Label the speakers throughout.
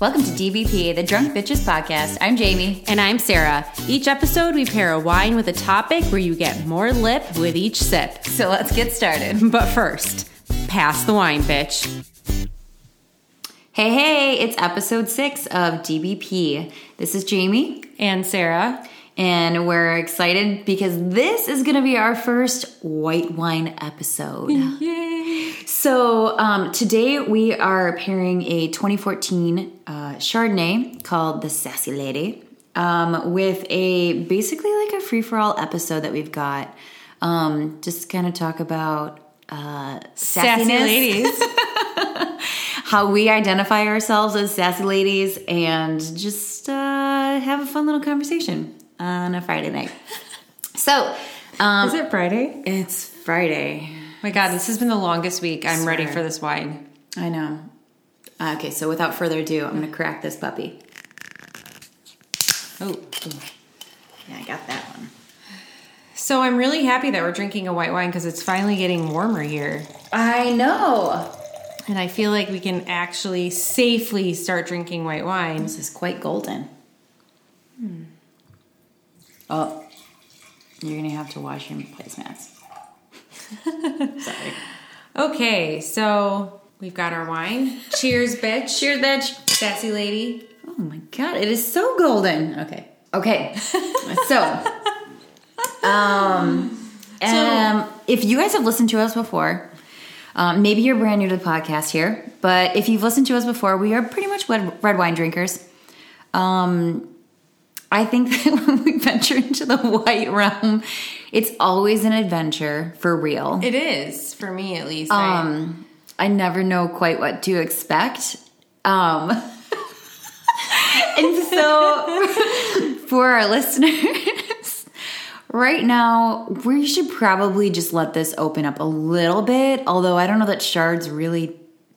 Speaker 1: Welcome to DBP, the Drunk Bitches Podcast. I'm Jamie.
Speaker 2: And I'm Sarah. Each episode, we pair a wine with a topic where you get more lip with each sip.
Speaker 1: So let's get started.
Speaker 2: But first, pass the wine, bitch.
Speaker 1: Hey, hey, it's episode six of DBP. This is Jamie,
Speaker 2: And Sarah,
Speaker 1: and we're excited because this is going to be our first white wine episode.
Speaker 2: Mm-hmm. yay!
Speaker 1: So um, today we are pairing a 2014 uh, Chardonnay called the Sassy Lady um, with a basically like a free for all episode that we've got. Um, just kind of talk about uh,
Speaker 2: Sassy
Speaker 1: sassiness,
Speaker 2: ladies.
Speaker 1: how we identify ourselves as sassy ladies, and just uh, have a fun little conversation on a Friday night. so um,
Speaker 2: Is it Friday?
Speaker 1: it's Friday.
Speaker 2: Oh My God, this has been the longest week. I'm ready for this wine.
Speaker 1: I know. Uh, Okay, so without further ado, I'm gonna crack this puppy.
Speaker 2: Oh.
Speaker 1: Yeah, I got that one.
Speaker 2: So I'm really happy that we're drinking a white wine because it's finally getting warmer here.
Speaker 1: I know.
Speaker 2: And I feel like we can actually safely start drinking white wine.
Speaker 1: This is quite golden. Hmm. Oh, you're gonna have to wash your placemats. Sorry.
Speaker 2: Okay, so we've got our wine. Cheers, bitch.
Speaker 1: Cheers, bitch.
Speaker 2: Sassy lady.
Speaker 1: Oh my god, it is so golden. Okay. Okay. so, um, um, if you guys have listened to us before, um, maybe you're brand new to the podcast here, but if you've listened to us before, we are pretty much red, red wine drinkers. Um, I think that when we venture into the white realm, it's always an adventure for real.
Speaker 2: It is for me at least. I-
Speaker 1: Um, I never know quite what to expect. Um, and so, for our listeners, right now, we should probably just let this open up a little bit, although I don't know that shards really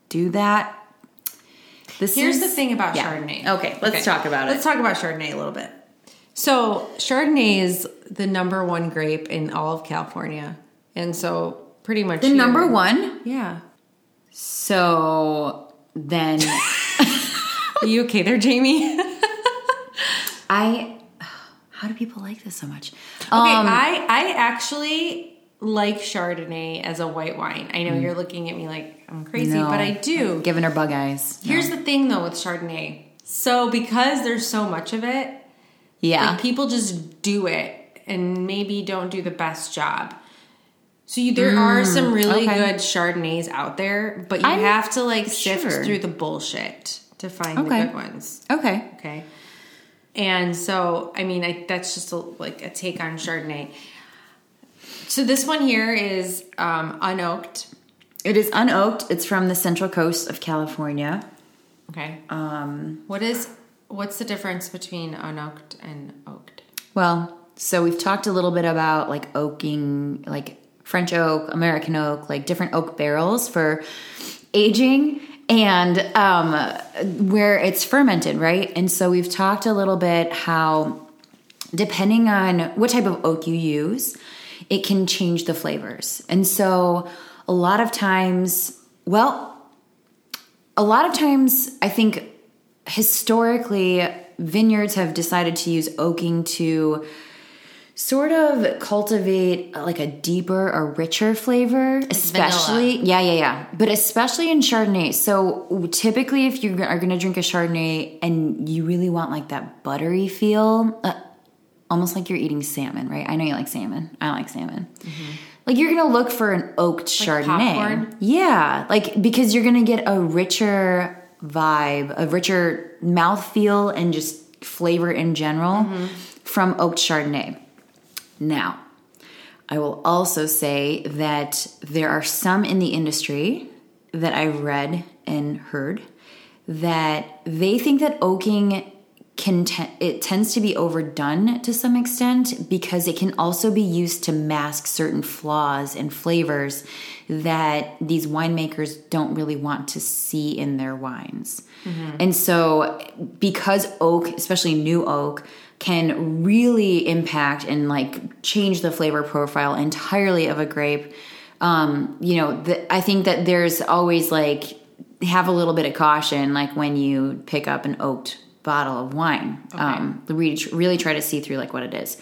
Speaker 1: do that. This
Speaker 2: here's
Speaker 1: is,
Speaker 2: the thing about
Speaker 1: yeah.
Speaker 2: Chardonnay.
Speaker 1: Okay, let's talk about it.
Speaker 2: Let's talk about Chardonnay a little bit. So Chardonnay is the number one grape in all of California, and so pretty much
Speaker 1: The number one.
Speaker 2: Yeah.
Speaker 1: So then
Speaker 2: Are you okay there, Jamie? okay,
Speaker 1: I. How do people like this so much? Um,
Speaker 2: I I actually like Chardonnay as a white wine. I know you're looking at me like I'm crazy,
Speaker 1: Mm. no.
Speaker 2: but I do.
Speaker 1: Giving her bug eyes.
Speaker 2: Here's the thing though with Chardonnay. So because there's so much of it,
Speaker 1: Yeah.
Speaker 2: Like people just do it and maybe don't do the best job. So you, there are some really
Speaker 1: Mm, okay.
Speaker 2: good Chardonnays out there, but you
Speaker 1: I'm
Speaker 2: have to like sift
Speaker 1: sure.
Speaker 2: through the bullshit to find
Speaker 1: Okay.
Speaker 2: the good ones.
Speaker 1: okay.
Speaker 2: Okay. And so, I mean, I, that's just a, like a take on Chardonnay. So this one here is um, unoaked.
Speaker 1: It is unoaked. It's from the central coast of California.
Speaker 2: Okay. Um, what is what's the difference between unoaked and oaked?
Speaker 1: Well, so we've talked a little bit about like oaking, like French oak, American oak, like different oak barrels for aging and um, where it's fermented, right? And so we've talked a little bit how depending on what type of oak you use, it can change the flavors. And so a lot of times, well, a lot of times i think historically vineyards have decided to use oaking to sort of cultivate uh, like a deeper or richer flavor especially yeah yeah yeah but especially in chardonnay so typically if you are going to drink a chardonnay and you really want like that buttery feel uh, almost like you're eating salmon right i know you like salmon i like salmon like you're gonna look for an oaked chardonnay
Speaker 2: popcorn?
Speaker 1: yeah, like because you're gonna get a richer vibe, a richer mouthfeel, and just flavor in general from oaked Chardonnay. Now, I will also say that there are some in the industry that I've read and heard that they think that oaking can te- it tends to be overdone to some extent because it can also be used to mask certain flaws and flavors that these winemakers don't really want to see in their wines. And so because oak, especially new oak, can really impact and like change the flavor profile entirely of a grape. Um, you know, the, I think that there's always like have a little bit of caution, like when you pick up an oaked bottle of wine. Um, really, tr- really try to see through like what it is.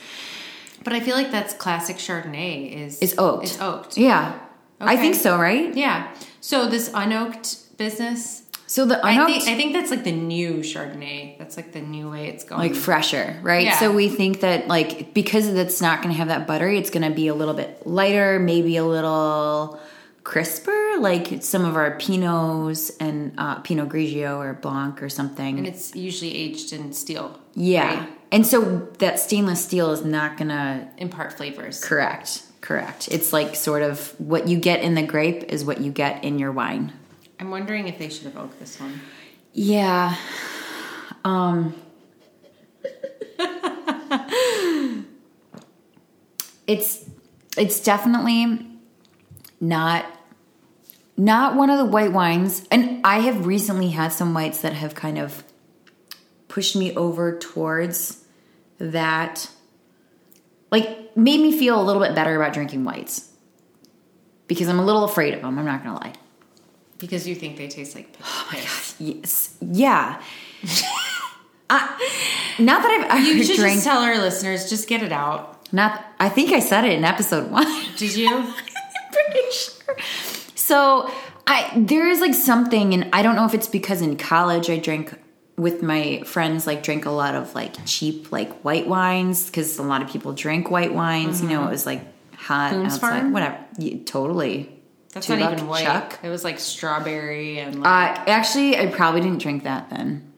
Speaker 2: But I feel like that's classic Chardonnay is
Speaker 1: It's oaked.
Speaker 2: It's oaked.
Speaker 1: Yeah, I
Speaker 2: Okay.
Speaker 1: think so, right?
Speaker 2: Yeah. So this unoaked business,
Speaker 1: So the
Speaker 2: I
Speaker 1: unoaked,
Speaker 2: think I think that's like the new Chardonnay. That's like the new way it's going.
Speaker 1: like fresher, right?
Speaker 2: Yeah.
Speaker 1: So we think that like because that's not going to have that buttery, it's going to be a little bit lighter, maybe a little crisper, like some of our pinots and uh, Pinot Grigio or Blanc or something.
Speaker 2: and it's usually aged in steel.
Speaker 1: yeah,
Speaker 2: right?
Speaker 1: and so that stainless steel is not going to
Speaker 2: Impart flavors.
Speaker 1: correct. Correct. It's like sort of what you get in the grape is what you get in your wine.
Speaker 2: I'm wondering if they should have oaked this one.
Speaker 1: Yeah. Um It's it's definitely not not one of the white wines. And I have recently had some whites that have kind of pushed me over towards that like made me feel a little bit better about drinking whites. Because I'm a little afraid of them, I'm not going to lie.
Speaker 2: Because you think they taste like piss. Oh my god!
Speaker 1: Yes. Yeah. I, not that I've ever
Speaker 2: You should
Speaker 1: drank.
Speaker 2: just tell our listeners, just get it out.
Speaker 1: not. I think I said it in episode one.
Speaker 2: Did you?
Speaker 1: Pretty sure. So I there is like something, and I don't know if it's because in college I drank with my friends like drank a lot of like cheap like white wines because a lot of people drink white wines. You know, it was like hot
Speaker 2: Mm-hmm. Boone's
Speaker 1: outside.
Speaker 2: Farm?
Speaker 1: Whatever. Yeah, totally.
Speaker 2: That's
Speaker 1: Two
Speaker 2: not
Speaker 1: buck
Speaker 2: even white.
Speaker 1: chuck.
Speaker 2: It was like strawberry and like,
Speaker 1: Uh, actually, I probably didn't drink that then.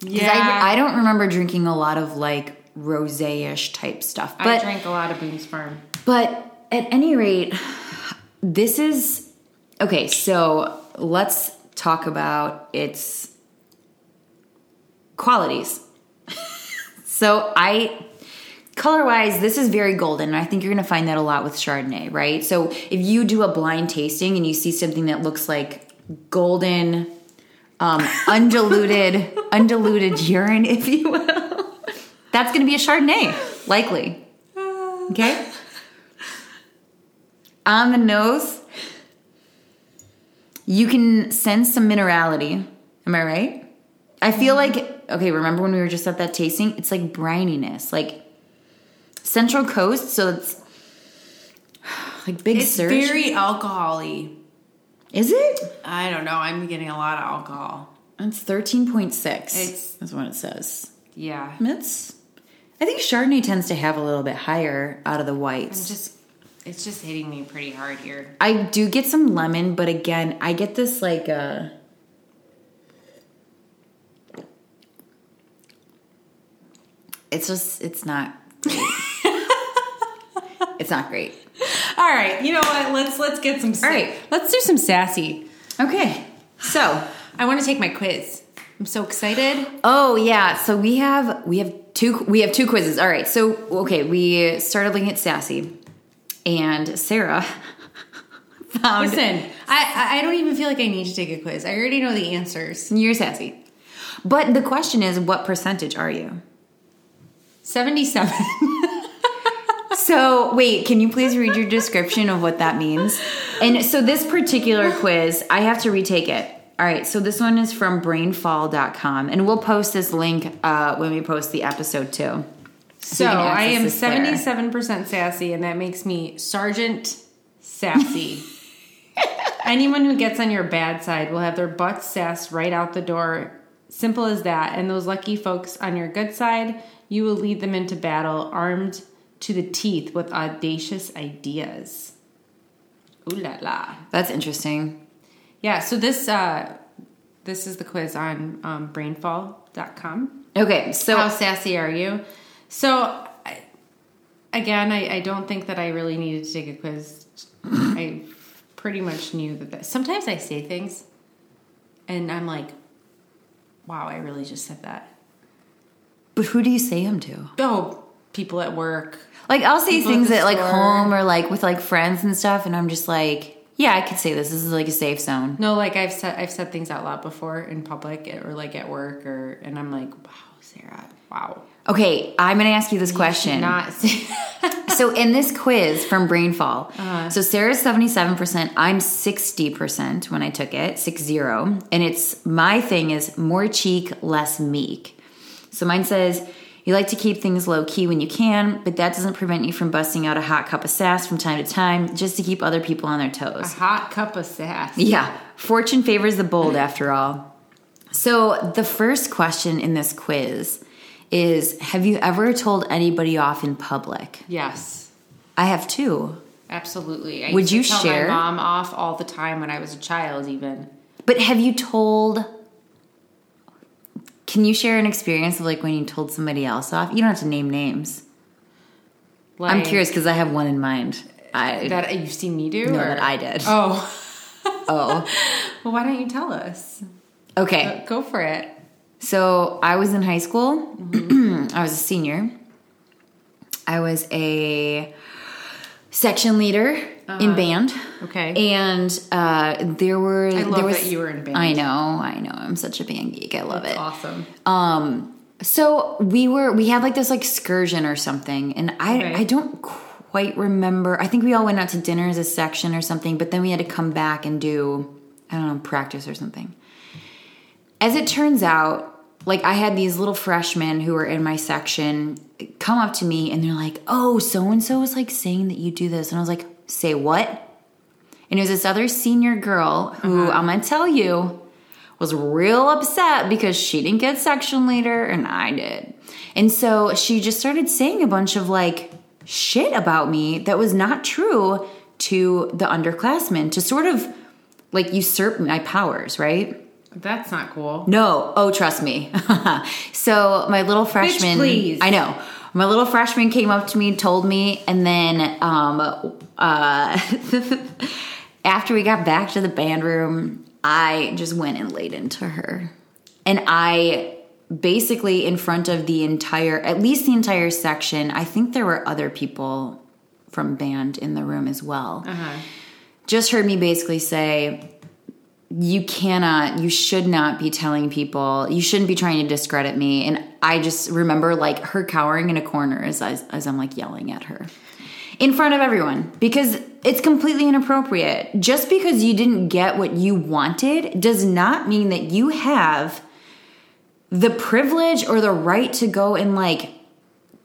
Speaker 1: Because
Speaker 2: yeah.
Speaker 1: I, I don't remember drinking a lot of like rose-ish type stuff. But
Speaker 2: I drank a lot of Boone's Farm.
Speaker 1: but at any rate, this is okay, so let's talk about its qualities. so I color-wise, this is very golden, and I think you're gonna find that a lot with Chardonnay, right? So if you do a blind tasting and you see something that looks like golden, um, undiluted, undiluted urine, if you will, that's gonna be a Chardonnay, likely. Okay. On the nose, you can sense some minerality. Am I right? I feel like okay. Remember when we were just at that tasting? It's like brininess, like Central Coast. So it's like big
Speaker 2: It's
Speaker 1: surge.
Speaker 2: very alcoholy.
Speaker 1: Is it?
Speaker 2: I don't know. I'm getting a lot of alcohol.
Speaker 1: It's thirteen point six.
Speaker 2: It's-
Speaker 1: That's what it says.
Speaker 2: Yeah.
Speaker 1: That's. I think Chardonnay tends to have a little bit higher out of the whites.
Speaker 2: It's just it's just hitting me pretty hard here.
Speaker 1: I do get some lemon, but again, I get this like uh It's just it's not great. it's not great.
Speaker 2: All right. You know what? Let's let's get some
Speaker 1: All right.
Speaker 2: Let's do some sassy.
Speaker 1: Okay. So,
Speaker 2: I want to take my quiz. I'm so excited.
Speaker 1: oh yeah, so we have we have two we have two quizzes. All right. So, okay, we started looking at sassy and Sarah found
Speaker 2: Listen, Um, I I don't even feel like I need to take a quiz. I already know the answers.
Speaker 1: you're sassy. But the question is what percentage are you?
Speaker 2: 77.
Speaker 1: So, wait, can you please read your description of what that means? And so, this particular quiz, I have to retake it. All right, so this one is from brainfall.com, and we'll post this link uh, when we post the episode too.
Speaker 2: So
Speaker 1: you can access
Speaker 2: I am
Speaker 1: this there.
Speaker 2: 77% sassy, and that makes me Sergeant Sassy. Anyone who gets on your bad side will have their butts sassed right out the door. Simple as that. And those lucky folks on your good side, you will lead them into battle armed to the teeth with audacious ideas. Ooh la la.
Speaker 1: That's interesting.
Speaker 2: Yeah, so this uh, this is the quiz on um, brainfall.com.
Speaker 1: Okay, so
Speaker 2: How sassy are you? So, I, again, I, I don't think that I really needed to take a quiz. I pretty much knew that, that. Sometimes I say things and I'm like, wow, I really just said that.
Speaker 1: but who do you say them to?
Speaker 2: Oh, people at work.
Speaker 1: Like, I'll say
Speaker 2: People at
Speaker 1: things
Speaker 2: the
Speaker 1: at like
Speaker 2: store.
Speaker 1: home or like with like friends and stuff, and I'm just like, Yeah, I could say this. This is like a safe zone.
Speaker 2: No, like I've said, I've said things out loud before in public or like at work, or and I'm like, wow, Sarah, wow.
Speaker 1: Okay, I'm going to ask you this
Speaker 2: Should
Speaker 1: question.
Speaker 2: Not say
Speaker 1: so in this quiz from Brainfall,
Speaker 2: Uh-huh.
Speaker 1: so Sarah's 77%, I'm 60% when I took it, 60. And it's my thing is more cheek, less meek. So mine says, you like to keep things low key when you can, but that doesn't prevent you from busting out a hot cup of sass from time to time just to keep other people on their toes.
Speaker 2: hot cup of sass.
Speaker 1: Yeah, fortune favors the bold after all. So, the first question in this quiz is Have you ever told anybody off in public?
Speaker 2: Yes,
Speaker 1: I have two.
Speaker 2: absolutely. I
Speaker 1: Would
Speaker 2: used to
Speaker 1: you
Speaker 2: tell
Speaker 1: share?
Speaker 2: my mom off all the time when I was a child? Even
Speaker 1: But have you told. Can you share an experience of like when you told somebody else off? You don't have to name names.
Speaker 2: like,
Speaker 1: I'm curious because I have one in mind. I
Speaker 2: that uh, you've seen me do.
Speaker 1: know
Speaker 2: or?
Speaker 1: that I did.
Speaker 2: Oh,
Speaker 1: oh.
Speaker 2: well, why don't you tell us?
Speaker 1: Okay.
Speaker 2: Go for it.
Speaker 1: So I was in high school.
Speaker 2: Mm-hmm.
Speaker 1: I was a senior. I was a section leader in band,
Speaker 2: Uh-huh. Okay.
Speaker 1: and uh, there were
Speaker 2: I love
Speaker 1: there was
Speaker 2: that you were in band.
Speaker 1: I know, I know. I'm such a band geek. I love it.
Speaker 2: Awesome.
Speaker 1: So we were we had like this like excursion or something, and I
Speaker 2: Okay.
Speaker 1: I don't quite remember. I think we all went out to dinner as a section or something, but then we had to come back and do I don't know practice or something. As it turns out, like I had these little freshmen who were in my section come up to me and they're like, "Oh, so and so was like saying that you do this," and I was like, "Say what?" And it was this other senior girl who I'm gonna tell you was real upset because she didn't get section leader and I did. And so she just started saying a bunch of like shit about me that was not true to the underclassmen to sort of like usurp my powers, right?
Speaker 2: That's not cool.
Speaker 1: No, oh trust me. so my little freshman
Speaker 2: please.
Speaker 1: I know. My little freshman came up to me, told me, and then um uh after we got back to the band room, I just went and laid into her. And I basically in front of the entire at least the entire section, I think there were other people from band in the room as well
Speaker 2: Uh-huh.
Speaker 1: just heard me basically say you cannot you should not be telling people you shouldn't be trying to discredit me and i just remember like her cowering in a corner as as, as i'm like yelling at her in front of everyone because it's completely inappropriate just because you didn't get what you wanted does not mean that you have the privilege or the right to go and like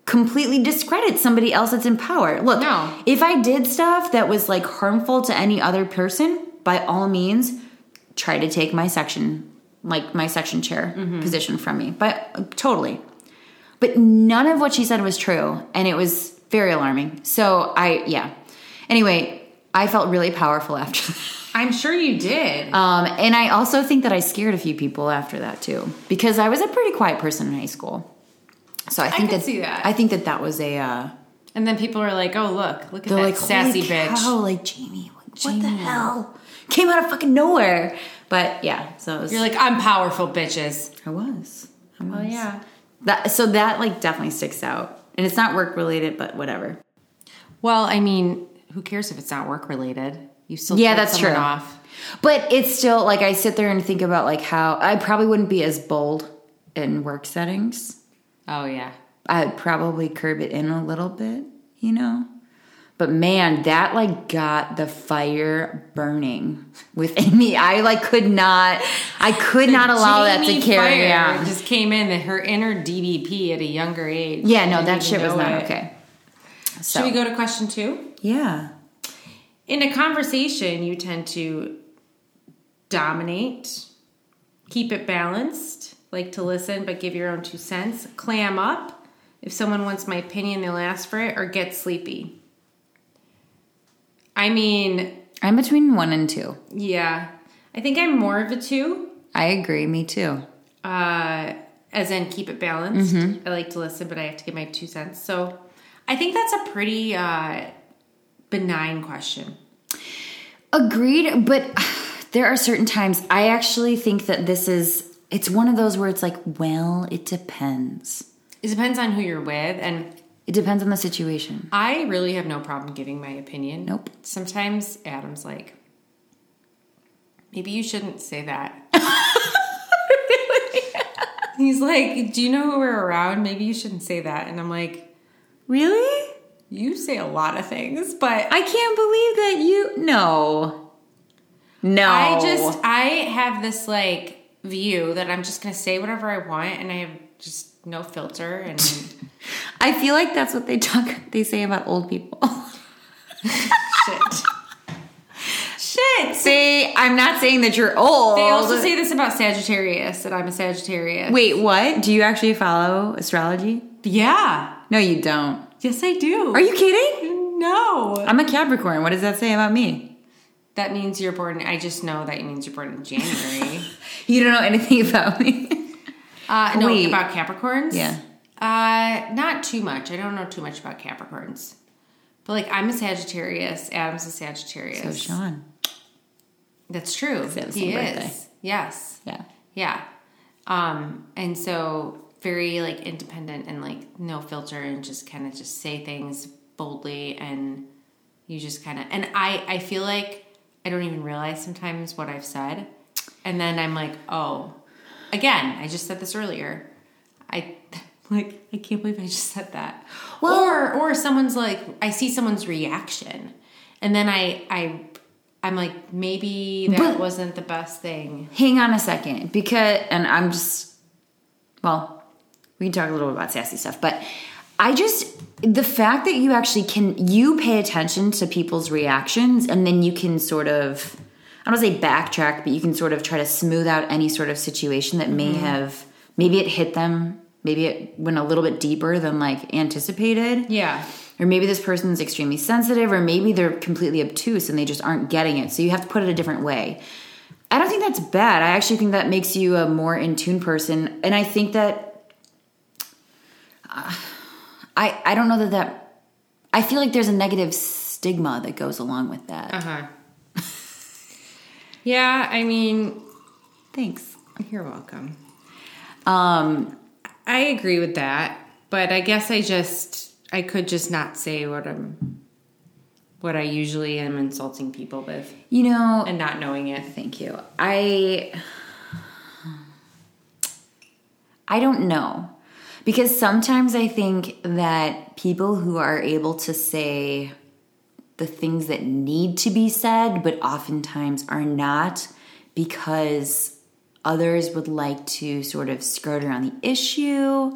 Speaker 1: completely discredit somebody else that's in power. Look,
Speaker 2: No.
Speaker 1: if I did stuff that was like harmful to any other person, by all means, try to take my section, like my section chair position from me. But totally. But none of what she said was true, and it was very alarming. So I, yeah. Anyway, I felt really powerful after that.
Speaker 2: I'm sure you did.
Speaker 1: Um, and I also think that I scared a few people after that too, because I was a pretty quiet person in high school. So I think
Speaker 2: could
Speaker 1: that,
Speaker 2: see that.
Speaker 1: I think that that was a. Uh,
Speaker 2: and then people are like, "Oh, look, look at that
Speaker 1: they're like
Speaker 2: sassy
Speaker 1: "Holy
Speaker 2: bitch."
Speaker 1: cow, like Jamie, what, what
Speaker 2: Jamie.
Speaker 1: the hell? Came out of fucking nowhere. But yeah, so it was,
Speaker 2: You're like, "I'm powerful, bitches."
Speaker 1: I was. I was.
Speaker 2: Oh yeah.
Speaker 1: That so that like definitely sticks out, and it's not work related, but whatever.
Speaker 2: Well, I mean, who cares if it's not work related? You still
Speaker 1: Yeah,
Speaker 2: tilt
Speaker 1: that's
Speaker 2: someone
Speaker 1: true.
Speaker 2: Off.
Speaker 1: But it's still like I sit there and think about like how I probably wouldn't be as bold in work settings.
Speaker 2: Oh yeah.
Speaker 1: I'd probably curb it in a little bit, you know? But man, that like got the fire burning within me. I like could not, I could not allow that to
Speaker 2: Jamie
Speaker 1: carry
Speaker 2: Fire
Speaker 1: on.
Speaker 2: Just came in that her inner DVP at a younger age.
Speaker 1: Yeah, no,
Speaker 2: Didn't
Speaker 1: that
Speaker 2: even
Speaker 1: shit was
Speaker 2: know
Speaker 1: not
Speaker 2: it.
Speaker 1: okay. So,
Speaker 2: Should we go to question two?
Speaker 1: yeah.
Speaker 2: In a conversation, you tend to dominate, keep it balanced, like to listen but give your own two cents, clam up. If someone wants my opinion, they'll ask for it, or get sleepy. I mean,
Speaker 1: I'm between one and two.
Speaker 2: yeah, I think I'm more of a two.
Speaker 1: I agree, me too.
Speaker 2: uh, as in keep it balanced. I like to listen, but I have to give my two cents. So I think that's a pretty uh, benign question.
Speaker 1: Agreed, but there are certain times I actually think that this is, it's one of those where it's like, well, it depends.
Speaker 2: It depends on who you're with, and
Speaker 1: It depends on the situation.
Speaker 2: I really have no problem giving my opinion.
Speaker 1: Nope.
Speaker 2: Sometimes Adam's like, Maybe you shouldn't say that. He's like, Do you know who we're around? Maybe you shouldn't say that. And I'm like,
Speaker 1: Really?
Speaker 2: You say a lot of things, but
Speaker 1: I can't believe that you. No. No.
Speaker 2: I just, I have this like view that I'm just going to say whatever I want and I have just no filter. And.
Speaker 1: I feel like that's what they talk. They say about old people.
Speaker 2: shit. Shit.
Speaker 1: See, I'm not saying that you're old.
Speaker 2: They also say this about Sagittarius that I'm a Sagittarius.
Speaker 1: Wait, what? Do you actually follow astrology?
Speaker 2: Yeah.
Speaker 1: No, you don't.
Speaker 2: Yes, I do.
Speaker 1: Are you kidding?
Speaker 2: No.
Speaker 1: I'm a Capricorn. What does that say about me?
Speaker 2: That means you're born. I just know that means you're born in January.
Speaker 1: You don't know anything about me.
Speaker 2: uh, no,
Speaker 1: Wait.
Speaker 2: about Capricorns.
Speaker 1: Yeah.
Speaker 2: Uh, not too much. I don't know too much about Capricorns. But like, I'm a Sagittarius. Adam's a Sagittarius.
Speaker 1: so Sean.
Speaker 2: That's true.
Speaker 1: had the
Speaker 2: He
Speaker 1: same
Speaker 2: is.
Speaker 1: birthday.
Speaker 2: Yes.
Speaker 1: Yeah.
Speaker 2: Yeah. Um, and so very like independent and like no filter and just kind of just say things boldly and you just kind of and I I feel like I don't even realize sometimes what I've said. And then I'm like, "Oh, again, I just said this earlier." I like I can't believe I just said that.
Speaker 1: Well-
Speaker 2: or or someone's like I see someone's reaction. And then I I I'm like maybe that
Speaker 1: But-
Speaker 2: wasn't the best thing.
Speaker 1: Hang on a second, because and I'm just well, we can talk a little bit about sassy stuff, but I just the fact that you actually can you pay attention to people's reactions and then you can sort of I don't say backtrack, but you can sort of try to smooth out any sort of situation that may have maybe it hit them, maybe it went a little bit deeper than like anticipated.
Speaker 2: Yeah.
Speaker 1: or maybe this person's extremely sensitive or maybe they're completely obtuse and they just aren't getting it so you have to put it a different way i don't think that's bad i actually think that makes you a more in tune person and i think that uh, i i don't know that that i feel like there's a negative stigma that goes along with that
Speaker 2: Uh-huh. yeah, I mean,
Speaker 1: thanks
Speaker 2: you're welcome.
Speaker 1: um
Speaker 2: I agree with that, but I guess I just I could just not say what I'm what I usually am insulting people with
Speaker 1: you know
Speaker 2: and not knowing it.
Speaker 1: Thank you. I I don't know. Because sometimes I think that people who are able to say the things that need to be said but oftentimes are not because others would like to sort of skirt around the issue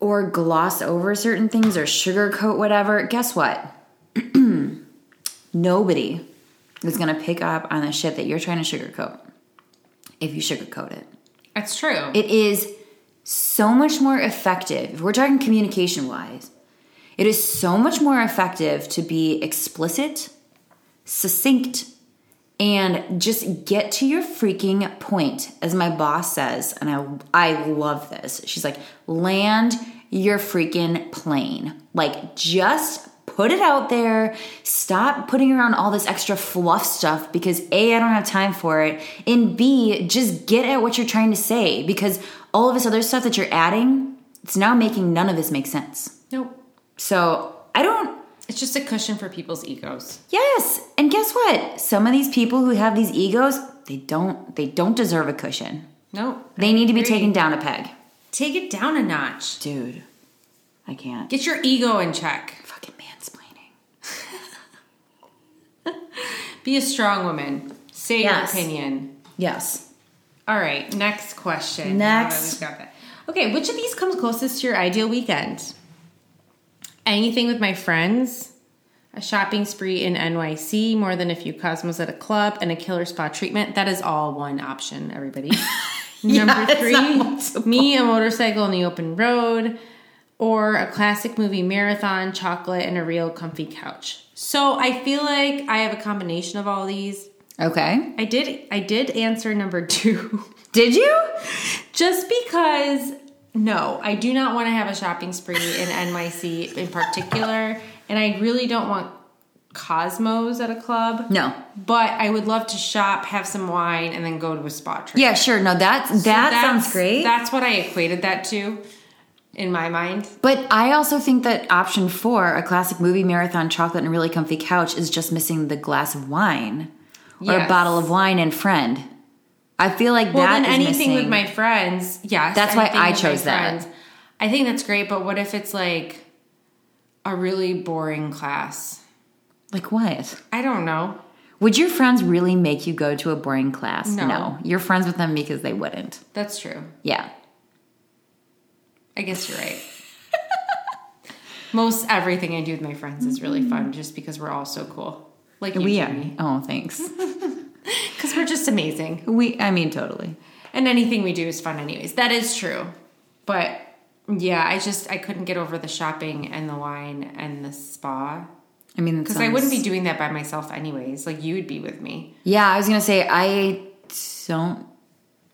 Speaker 1: or gloss over certain things or sugarcoat whatever. Guess what? Nobody is going to pick up on the shit that you're trying to sugarcoat if you sugarcoat it.
Speaker 2: That's true.
Speaker 1: It is so much more effective. If we're talking communication wise, it is so much more effective to be explicit, succinct, and just get to your freaking point, as my boss says. And I, I love this. She's like, land your freaking plane. Like, just put it out there. Stop putting around all this extra fluff stuff because A, I don't have time for it. And B, just get at what you're trying to say because all of this other stuff that you're adding, it's now making none of this make sense.
Speaker 2: nope.
Speaker 1: So I don't.
Speaker 2: It's just a cushion for people's egos.
Speaker 1: Yes, and guess what? Some of these people who have these egos, they don't. They don't deserve a cushion.
Speaker 2: Nope.
Speaker 1: They need to be
Speaker 2: Agree.
Speaker 1: taken down a peg,
Speaker 2: Take it down a notch.
Speaker 1: dude. I can't.
Speaker 2: Get your ego in check.
Speaker 1: fucking mansplaining.
Speaker 2: Be a strong woman. Say
Speaker 1: Yes.
Speaker 2: your opinion.
Speaker 1: Yes.
Speaker 2: All right, next question. Now that
Speaker 1: Next.
Speaker 2: we've got that. Okay, which of these comes closest to your ideal weekend? Anything with my friends, a shopping spree in NYC, more than a few cosmos at a club, and a killer spa treatment. That is all one option, everybody. Number
Speaker 1: it's not
Speaker 2: three, me, a motorcycle on the open road, or a classic movie marathon, chocolate, and a real comfy couch. So I feel like I have a combination of all these.
Speaker 1: Okay.
Speaker 2: I did I did answer number two.
Speaker 1: Did you?
Speaker 2: Just because, no, I do not want to have a shopping spree in NYC in particular, and I really don't want Cosmos at a club.
Speaker 1: No.
Speaker 2: But I would love to shop, have some wine, and then go to a spa treat.
Speaker 1: Yeah. Sure. No. That's that
Speaker 2: That's-
Speaker 1: sounds great.
Speaker 2: That's what I equated that to in my mind.
Speaker 1: but I also think that option four, a classic movie marathon, chocolate, and a really comfy couch, is just missing the glass of wine or
Speaker 2: Yes.
Speaker 1: a bottle of wine and friend. I feel like
Speaker 2: Well,
Speaker 1: that
Speaker 2: then
Speaker 1: is
Speaker 2: anything with
Speaker 1: missing.
Speaker 2: my friends. Yes.
Speaker 1: That's why
Speaker 2: anything
Speaker 1: I
Speaker 2: with my
Speaker 1: chose that.
Speaker 2: friends. I think that's great, but what if it's like a really boring class?
Speaker 1: like what?
Speaker 2: I don't know.
Speaker 1: Would your friends really make you go to a boring class?
Speaker 2: No.
Speaker 1: You're friends with them because they wouldn't.
Speaker 2: That's true.
Speaker 1: Yeah.
Speaker 2: I guess you're right. Most everything I do with my friends is really fun just because we're all so cool. Like you,
Speaker 1: Mm-hmm. we are. Oh, thanks.
Speaker 2: Because we're just amazing.
Speaker 1: we I mean totally.
Speaker 2: And anything we do is fun anyways. That is true. But yeah, I just I couldn't get over the shopping and the wine and the spa.
Speaker 1: I mean
Speaker 2: Because I wouldn't be doing that by myself anyways. Like you would be with me.
Speaker 1: Yeah, I was gonna say I don't.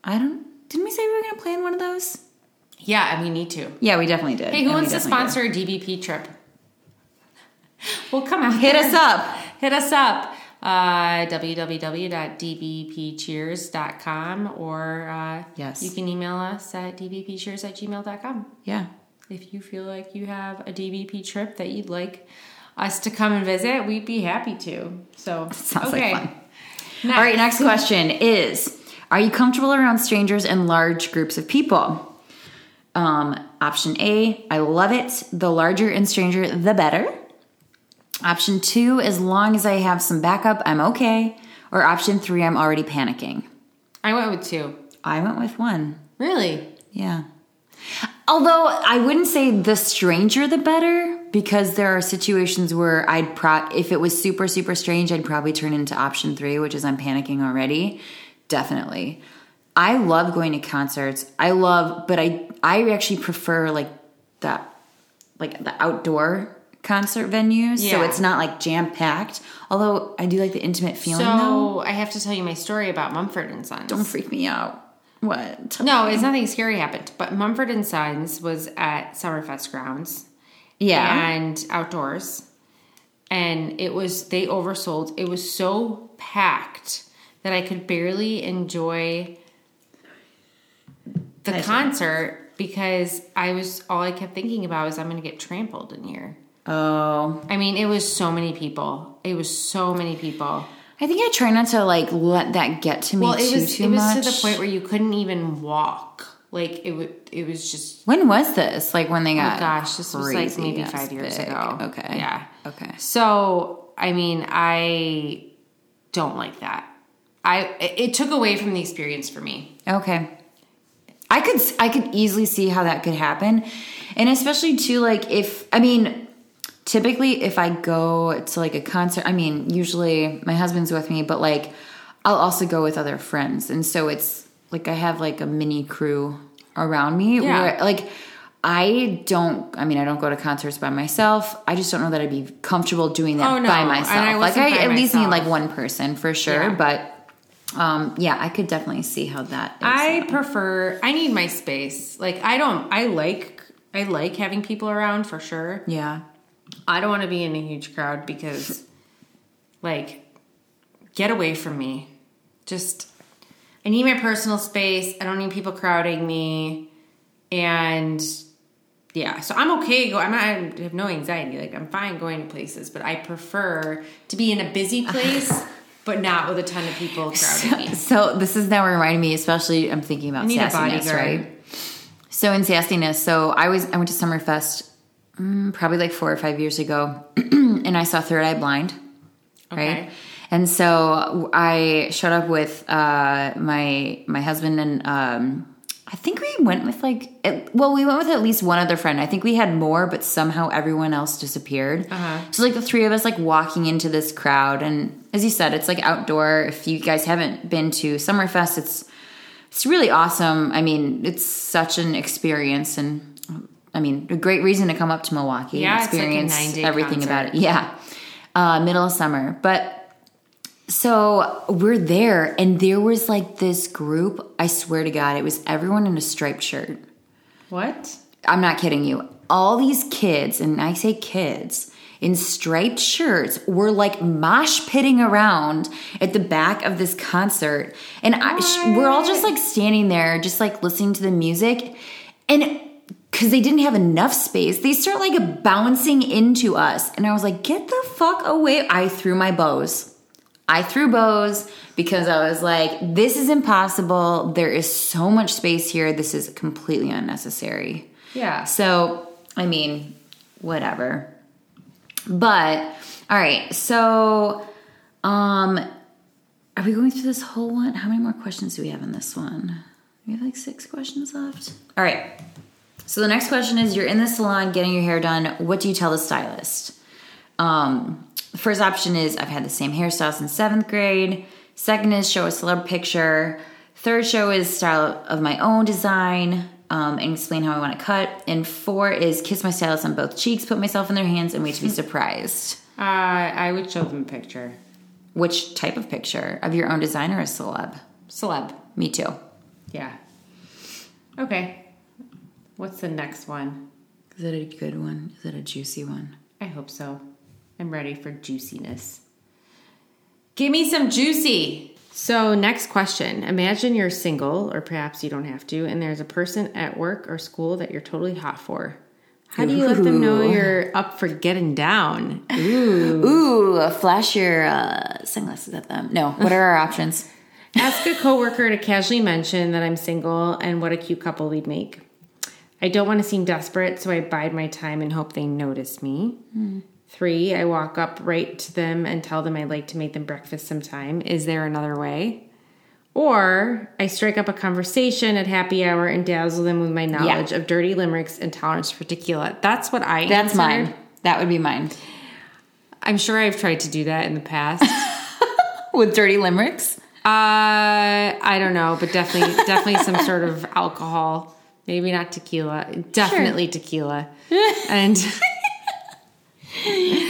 Speaker 1: I don't. Didn't we say we were gonna plan one of those?
Speaker 2: Yeah, and we need to.
Speaker 1: Yeah, we definitely did.
Speaker 2: Hey,
Speaker 1: And
Speaker 2: who
Speaker 1: we
Speaker 2: wants to
Speaker 1: definitely
Speaker 2: sponsor a DBP trip? Well, come out.
Speaker 1: did. Hit
Speaker 2: there.
Speaker 1: us up.
Speaker 2: Hit us up. Uh, www.dbpcheers.com or uh,
Speaker 1: Yes.
Speaker 2: you can email us at dbpcheers at gmail.com.
Speaker 1: Yeah.
Speaker 2: If you feel like you have a DBP trip that you'd like us to come and visit, we'd be happy to. So,
Speaker 1: Sounds like fun.
Speaker 2: Next.
Speaker 1: All right. Next question is: Are you comfortable around strangers and large groups of people? Um, option A: I love it. The larger and stranger, the better. Option two: As long as I have some backup, I'm okay. Or option three: I'm already panicking.
Speaker 2: I went with two.
Speaker 1: I went with one.
Speaker 2: Really?
Speaker 1: Yeah. Although I wouldn't say the stranger the better because there are situations where I'd pro if it was super super strange I'd probably turn into option 3 which is I'm panicking already. Definitely. I love going to concerts. I love but I I actually prefer like that like the outdoor concert venues so
Speaker 2: Yeah.
Speaker 1: it's not like jam packed. Although I do like the intimate feeling though.
Speaker 2: So, I have to tell you my story about Mumford and Sons.
Speaker 1: Don't freak me out. What?
Speaker 2: No, it's nothing scary happened. But Mumford and Sons was at Summerfest grounds
Speaker 1: Yeah.
Speaker 2: and outdoors, and it was they oversold. It was so packed that I could barely enjoy the concert because I was all I kept thinking about was I'm going to get trampled in here.
Speaker 1: Oh.
Speaker 2: I mean, it was so many people. It was so many people.
Speaker 1: I think I try not to like let that get to me
Speaker 2: Well,
Speaker 1: too
Speaker 2: it was
Speaker 1: too
Speaker 2: it was
Speaker 1: much.
Speaker 2: to the point where you couldn't even walk. Like it w- it was just
Speaker 1: when was this? Like when they got?
Speaker 2: Oh gosh, this was, like, maybe
Speaker 1: crazy-ass
Speaker 2: five years
Speaker 1: Oh, big.
Speaker 2: ago.
Speaker 1: Okay.
Speaker 2: Yeah.
Speaker 1: Okay.
Speaker 2: So, I mean, I don't like that. I it it took away from the experience for me.
Speaker 1: Okay. I could I could easily see how that could happen, and especially too like if I mean, typically if I go to like a concert, I mean usually my husband's with me, but like I'll also go with other friends, and so it's like I have like a mini crew around me.
Speaker 2: Yeah.
Speaker 1: Where like I don't, I mean I don't go to concerts by myself. I just don't know that I'd be comfortable doing that
Speaker 2: Oh, no.
Speaker 1: by
Speaker 2: And I
Speaker 1: myself. like
Speaker 2: wasn't
Speaker 1: I
Speaker 2: by
Speaker 1: at least need
Speaker 2: myself.
Speaker 1: like one person for sure,
Speaker 2: Yeah.
Speaker 1: but. Um, yeah, I could definitely see how that is.
Speaker 2: I prefer I need my space. Like I don't I like I like having people around for sure.
Speaker 1: Yeah.
Speaker 2: I don't want to be in a huge crowd because like get away from me. Just I need my personal space. I don't need people crowding me. And yeah, so I'm okay go I'm not I have no anxiety. Like I'm fine going to places, but I prefer to be in a busy place but not with a ton of people crowding me.
Speaker 1: So this is now reminding me, especially I'm thinking about
Speaker 2: need a
Speaker 1: sassiness,
Speaker 2: bodyguard.
Speaker 1: right? So in sassiness, so I was I went to Summerfest mm, probably like four or five years ago, and I saw Third Eye Blind, right?
Speaker 2: Okay.
Speaker 1: And so I showed up with uh, my my husband and um, I think we went with like at, well we went with at least one other friend. I think we had more, but somehow everyone else disappeared. So like the three of us like walking into this crowd, and as you said, it's like outdoor. If you guys haven't been to Summerfest, it's it's really awesome. I mean, it's such an experience, and I mean, a great reason to come up to Milwaukee
Speaker 2: Yeah,
Speaker 1: and
Speaker 2: it's like a
Speaker 1: experience
Speaker 2: nine-day
Speaker 1: everything
Speaker 2: concert.
Speaker 1: about it. Yeah, uh, middle of summer, but. So we're there, and there was like this group. I swear to God, it was everyone in a striped shirt.
Speaker 2: What?
Speaker 1: I'm not kidding you. All these kids, and I say kids, in striped shirts were like mosh pitting around at the back of this concert. And I, sh- we're all just like standing there, just like listening to the music. And because they didn't have enough space, they start like bouncing into us. And I was like, get the fuck away. I threw my bows. I threw bows because I was like, this is impossible. There is so much space here. This is completely unnecessary.
Speaker 2: Yeah.
Speaker 1: So, I mean, whatever. But, all right. So, um, are we going through this whole one? How many more questions do we have in this one? We have like six questions left. All right. So the next question is: You're in the salon getting your hair done. What do you tell the stylist? Um, the first option is I've had the same hairstyle since seventh grade. Second is show a celeb picture. Third show is style of my own design um, and explain how I want to cut. And four is kiss my stylist on both cheeks, put myself in their hands, and wait to be surprised.
Speaker 2: Uh, I would show them a picture.
Speaker 1: Which type of picture of your own design or a celeb?
Speaker 2: Celeb.
Speaker 1: Me too.
Speaker 2: Yeah. Okay. What's the next one?
Speaker 1: Is that a good one? Is that a juicy one?
Speaker 2: I hope so. I'm ready for juiciness. Give me some juicy. So, next question. Imagine you're single, or perhaps you don't have to, and there's a person at work or school that you're totally hot for. How do you let them know
Speaker 1: Ooh.
Speaker 2: you're up for getting down? Ooh.
Speaker 1: Ooh, flash your uh, sunglasses at them. No, what are our options?
Speaker 2: Ask a coworker to casually mention that I'm single and what a cute couple we'd make. I don't want to seem desperate, so I bide my time and hope they notice me. Three, I walk up right to them and tell them I'd like to make them breakfast sometime. Is there another way? Or I strike up a conversation at happy hour and dazzle them with my knowledge of dirty limericks and tolerance for tequila. That's what I.
Speaker 1: That's
Speaker 2: answered.
Speaker 1: mine. That would be mine.
Speaker 2: I'm sure I've tried to do that in the past.
Speaker 1: With dirty limericks?
Speaker 2: Uh, I don't know, but definitely, definitely some sort of alcohol. Maybe not tequila. Definitely tequila. And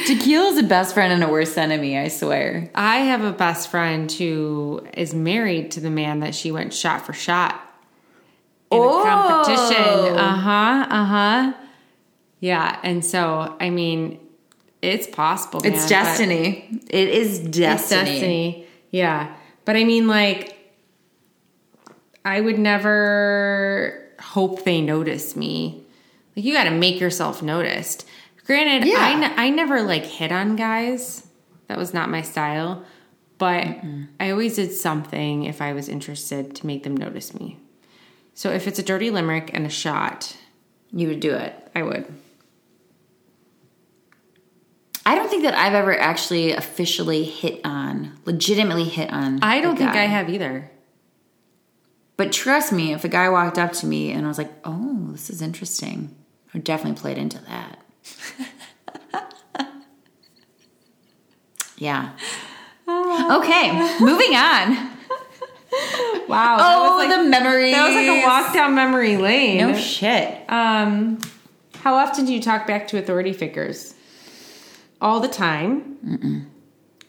Speaker 1: Tequila's a best friend and a worst enemy, I swear.
Speaker 2: I have a best friend who is married to the man that she went shot for shot in
Speaker 1: Oh.
Speaker 2: a competition. Uh huh. Uh huh. Yeah. And so, I mean, it's possible.
Speaker 1: It's
Speaker 2: man, but-
Speaker 1: destiny. It is
Speaker 2: It's
Speaker 1: destiny.
Speaker 2: destiny. Yeah. But I mean, like, I would never hope they notice me. Like, you got to make yourself noticed. Granted,
Speaker 1: Yeah.
Speaker 2: I n- I never like hit on guys. That was not my style. But I always did something if I was interested to make them notice me. So if it's a dirty limerick and a shot,
Speaker 1: You would do it.
Speaker 2: I would.
Speaker 1: I don't think that I've ever actually officially hit on, legitimately hit on.
Speaker 2: I
Speaker 1: a
Speaker 2: don't think
Speaker 1: guy.
Speaker 2: I have either.
Speaker 1: But trust me, if a guy walked up to me and I was like, "Oh, this is interesting," I would definitely played into that. yeah. Okay, moving on.
Speaker 2: Wow.
Speaker 1: Oh,
Speaker 2: that was like,
Speaker 1: the memories.
Speaker 2: that was like a walk down memory lane.
Speaker 1: No shit.
Speaker 2: Um, how often do you talk back to authority figures? All the time.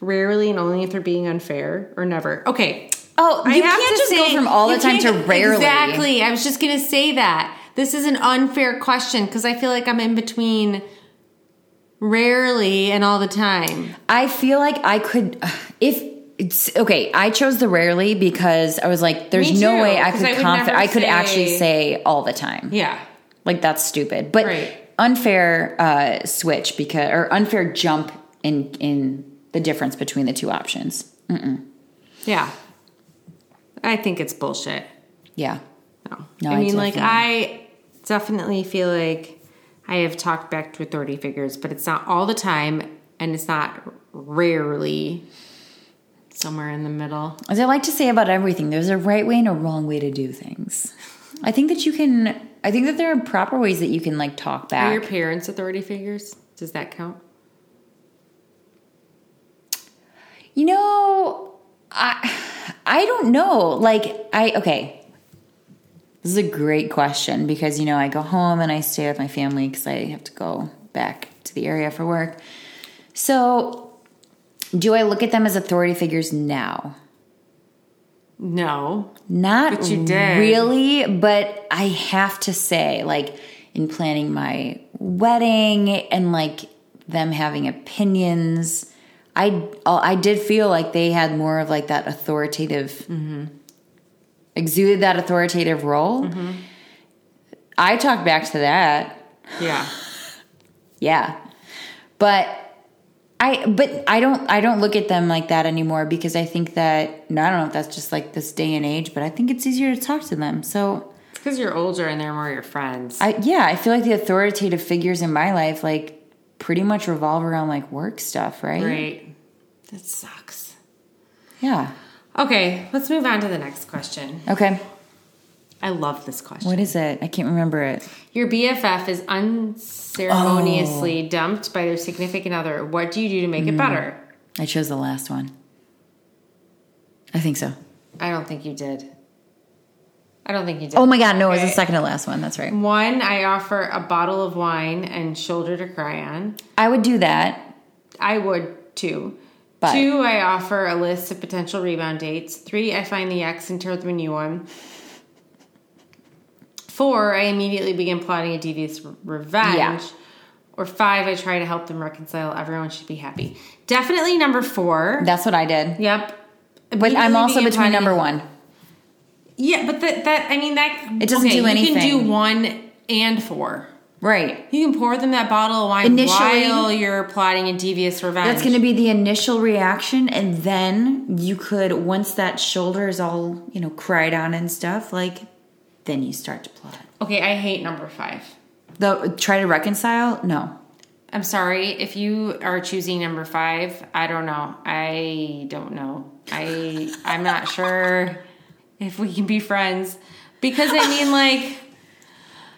Speaker 2: Rarely and only if they're being unfair or never. Okay.
Speaker 1: Oh,
Speaker 2: I
Speaker 1: you
Speaker 2: have
Speaker 1: can't
Speaker 2: to
Speaker 1: just go
Speaker 2: say-
Speaker 1: from all the
Speaker 2: you
Speaker 1: time to
Speaker 2: can't-
Speaker 1: rarely.
Speaker 2: Exactly. I was just going to say that. This is an unfair question because I feel like I'm in between rarely and all the time.
Speaker 1: I feel like I could if it's okay, I chose the rarely because I was like there's
Speaker 2: Me
Speaker 1: no
Speaker 2: too,
Speaker 1: way I
Speaker 2: 'cause
Speaker 1: could
Speaker 2: I
Speaker 1: I,
Speaker 2: would never
Speaker 1: I could
Speaker 2: say-
Speaker 1: actually say all the time.
Speaker 2: Yeah.
Speaker 1: Like that's stupid. But
Speaker 2: Right.
Speaker 1: unfair uh switch because or unfair jump in in the difference between the two options.
Speaker 2: Yeah. I think it's bullshit.
Speaker 1: Yeah.
Speaker 2: No.
Speaker 1: No,
Speaker 2: I
Speaker 1: I
Speaker 2: mean, like,
Speaker 1: definitely-
Speaker 2: I definitely feel like I have talked back to authority figures, but it's not all the time and it's not rarely somewhere in the middle.
Speaker 1: As I like to say about everything, there's a right way and a wrong way to do things. I think that you can I think that there are proper ways that you can like talk
Speaker 2: Are
Speaker 1: back.
Speaker 2: your parents authority figures? Does that count?
Speaker 1: You know, I I don't know. Like I okay. This is a great question because you know I go home and I stay with my family cuz I have to go back to the area for work. So, do I look at them as authority figures now?
Speaker 2: No.
Speaker 1: Not
Speaker 2: But you did.
Speaker 1: really, but I have to say, like, in planning my wedding and like them having opinions, I I did feel like they had more of like that authoritative,
Speaker 2: Mm-hmm.
Speaker 1: exuded that authoritative role.
Speaker 2: Mm-hmm.
Speaker 1: I talked back to that,
Speaker 2: Yeah.
Speaker 1: yeah, but. I I but I don't I don't look at them like that anymore because I think that no, I don't know if that's just like this day and age, but I think it's easier to talk to them. So
Speaker 2: because you're older and they're more your friends.
Speaker 1: I yeah, I feel like the authoritative figures in my life like pretty much revolve around like work stuff, right?
Speaker 2: right. That sucks.
Speaker 1: Yeah.
Speaker 2: Okay, let's move on to the next question.
Speaker 1: Okay.
Speaker 2: I love this question.
Speaker 1: What is it? I can't remember it.
Speaker 2: Your BFF is
Speaker 1: Oh.
Speaker 2: unceremoniously dumped by their significant other. What do you do to make
Speaker 1: Mm.
Speaker 2: it better?
Speaker 1: I chose the last one. I think so.
Speaker 2: I don't think you did. I don't think you did.
Speaker 1: Oh my god, no, it was the
Speaker 2: Okay.
Speaker 1: second to last one. That's right.
Speaker 2: One, I offer a bottle of wine and shoulder to cry on.
Speaker 1: I would do that.
Speaker 2: I would too.
Speaker 1: But-
Speaker 2: Two, I offer a list of potential rebound dates. Three, I find the ex and tear them a new one. Four, I immediately begin plotting a devious r- revenge.
Speaker 1: Yeah.
Speaker 2: Or five, I try to help them reconcile. Everyone should be happy. Definitely number four.
Speaker 1: That's what I did.
Speaker 2: Yep.
Speaker 1: But I'm
Speaker 2: Immediately
Speaker 1: also
Speaker 2: begin
Speaker 1: between
Speaker 2: plotting-
Speaker 1: number one.
Speaker 2: Yeah, but that, that I mean that
Speaker 1: It doesn't do
Speaker 2: You can
Speaker 1: anything.
Speaker 2: do one and four.
Speaker 1: Right.
Speaker 2: You can pour them that bottle of wine
Speaker 1: Initially-
Speaker 2: while you're plotting a devious revenge.
Speaker 1: That's going to be the initial reaction, and then you could once that shoulder is all you know cried on and stuff, like then you start to plot.
Speaker 2: okay. I hate number five.
Speaker 1: The try to reconcile? No,
Speaker 2: I'm sorry if you are choosing number five. I don't know. I don't know. I I'm not sure if we can be friends because I mean like.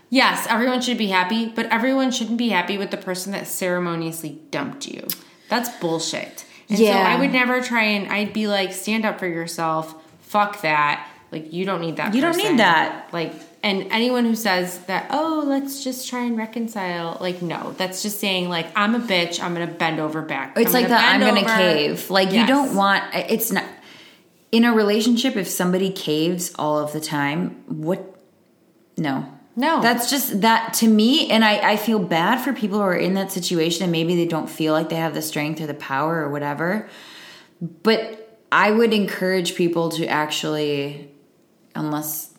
Speaker 2: Yes, everyone should be happy, but everyone shouldn't be happy with the person that ceremoniously dumped you. That's bullshit. And
Speaker 1: Yeah.
Speaker 2: so I would never try and I'd be like, stand up for yourself. Fuck that. Like you don't need that.
Speaker 1: You don't
Speaker 2: person.
Speaker 1: need that.
Speaker 2: Like and anyone who says that, oh, let's just try and reconcile, like no, that's just saying like I'm a bitch. I'm gonna bend over back.
Speaker 1: it's like the I'm
Speaker 2: bend
Speaker 1: going to
Speaker 2: over."
Speaker 1: cave. Like you
Speaker 2: Yes.
Speaker 1: don't want. It's not in a relationship. If somebody caves all of the time, what? No,
Speaker 2: No,
Speaker 1: That's just that to me, and I, I feel bad for people who are in that situation and maybe they don't feel like they have the strength or the power or whatever. But I would encourage people to actually, unless,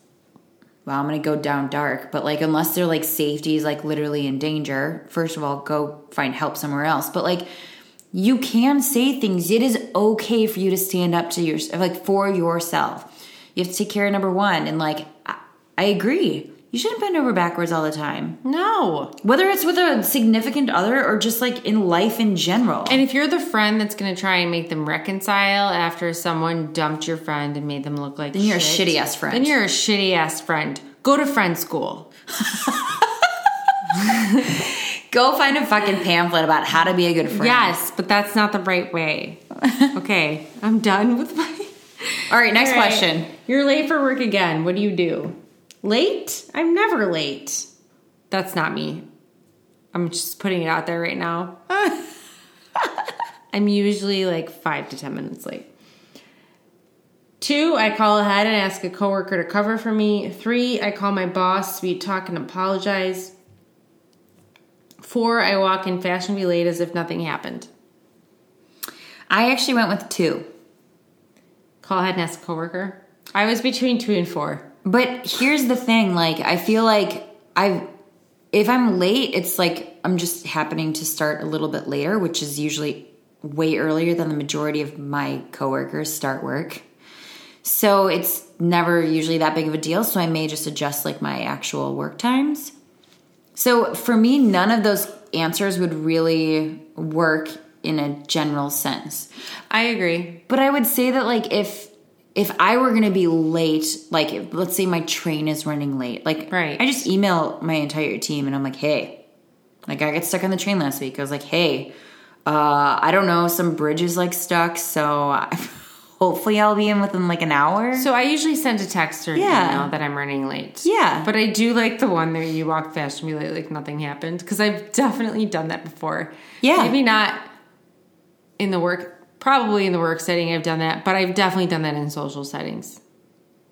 Speaker 1: well, I'm gonna go down dark, but like, unless their like safety is like literally in danger, first of all, go find help somewhere else. But like, you can say things. It is okay for you to stand up to your like for yourself. You have to take care of number one, and like I, I agree, you shouldn't bend over backwards all the time.
Speaker 2: no.
Speaker 1: Whether it's with a significant other or just like in life in general.
Speaker 2: And if you're the friend that's going to try and make them reconcile after someone dumped your friend and made them look like
Speaker 1: then you're
Speaker 2: shit,
Speaker 1: a shitty ass friend.
Speaker 2: Then you're a shitty ass friend. Go to friend school.
Speaker 1: go find a fucking pamphlet about how to be a good friend.
Speaker 2: Yes, but that's not the right way. okay, I'm done with my
Speaker 1: All right, next
Speaker 2: All right.
Speaker 1: question.
Speaker 2: You're late for work again. What do you do? Late? I'm never late. That's not me. I'm just putting it out there right now. I'm usually like five to 10 minutes late. Two, I call ahead and ask a coworker to cover for me. Three, I call my boss, sweet talk, and apologize. Four, I walk in fashionably late as if nothing happened.
Speaker 1: I actually went with two.
Speaker 2: Call ahead and ask a coworker. I was between two and four.
Speaker 1: But here's the thing, like I feel like I've if I'm late, it's like I'm just happening to start a little bit later, which is usually way earlier than the majority of my coworkers start work. So it's never usually that big of a deal, so I may just adjust like my actual work times. So for me, none of those answers would really work in a general sense.
Speaker 2: I agree.
Speaker 1: But I would say that like if if I were gonna be late, like if, let's say my train is running late, like
Speaker 2: Right.
Speaker 1: I just email my entire team and I'm like, hey, like I got stuck on the train last week. I was like, hey, uh, I don't know, some bridge is like stuck, so I, hopefully I'll be in within like an hour.
Speaker 2: So I usually send a text or an
Speaker 1: Yeah.
Speaker 2: email that I'm running late.
Speaker 1: Yeah.
Speaker 2: But I do like the one that you walk fast and be late like nothing happened because I've definitely done that before.
Speaker 1: Yeah.
Speaker 2: Maybe not in the work, probably in the work setting I've done that, but I've definitely done that in social settings.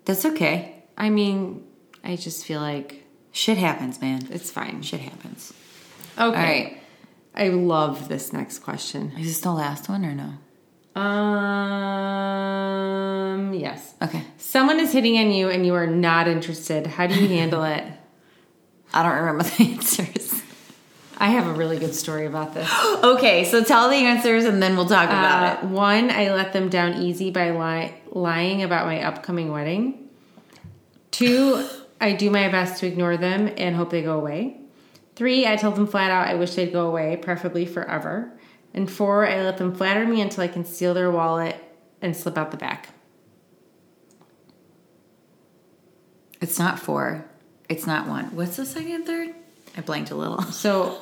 Speaker 1: That's okay.
Speaker 2: I mean, I just feel like
Speaker 1: Shit happens, man.
Speaker 2: it's fine. Okay.
Speaker 1: Shit happens. All right,
Speaker 2: I love this next question.
Speaker 1: is this the last one or no?
Speaker 2: Um, yes.
Speaker 1: Okay,
Speaker 2: Someone is hitting on you and you are not interested. How do you handle it?
Speaker 1: I don't remember the answers.
Speaker 2: I have a really good story about this.
Speaker 1: Okay, so tell the answers and then we'll talk about
Speaker 2: Uh, one, I let them down easy by li- lying about my upcoming wedding. Two, I do my best to ignore them and hope they go away. Three, I tell them flat out I wish they'd go away, preferably forever. And four, I let them flatter me until I can steal their wallet and slip out the back.
Speaker 1: it. It's not four. It's not one. What's the second, third? I blanked a little.
Speaker 2: So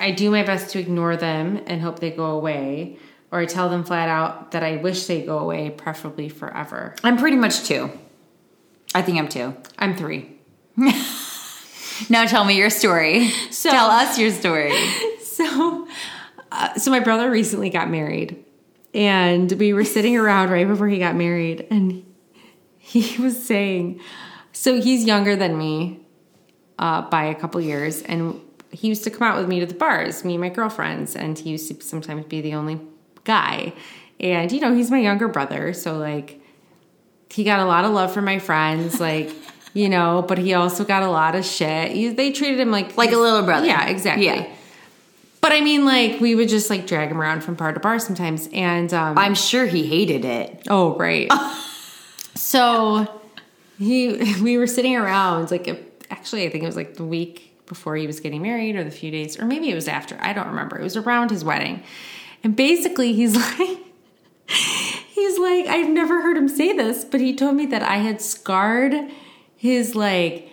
Speaker 2: I do my best to ignore them and hope they go away, or I tell them flat out that I wish they go away, preferably forever.
Speaker 1: I'm pretty much two. I think I'm two.
Speaker 2: I'm three.
Speaker 1: Now tell me your story. tell us your story.
Speaker 2: So, uh, so my brother recently got married, and we were sitting around right before he got married, and he was saying, so he's younger than me uh, by a couple years, and he used to come out with me to the bars, me and my girlfriends, and he used to sometimes be the only guy, and you know he's my younger brother, so like he got a lot of love from my friends, like. You know, but he also got a lot of shit. He, they treated him like
Speaker 1: Like a little brother.
Speaker 2: Yeah, exactly.
Speaker 1: Yeah.
Speaker 2: But I mean, like, we would just like drag him around from bar to bar sometimes. And, um,
Speaker 1: I'm sure he hated it.
Speaker 2: oh, right. so he, we were sitting around, like, actually, I think it was like the week before he was getting married or the few days, or maybe it was after. I don't remember. It was around his wedding. And basically, he's like, he's like, I've never heard him say this, but he told me that I had scarred his, like,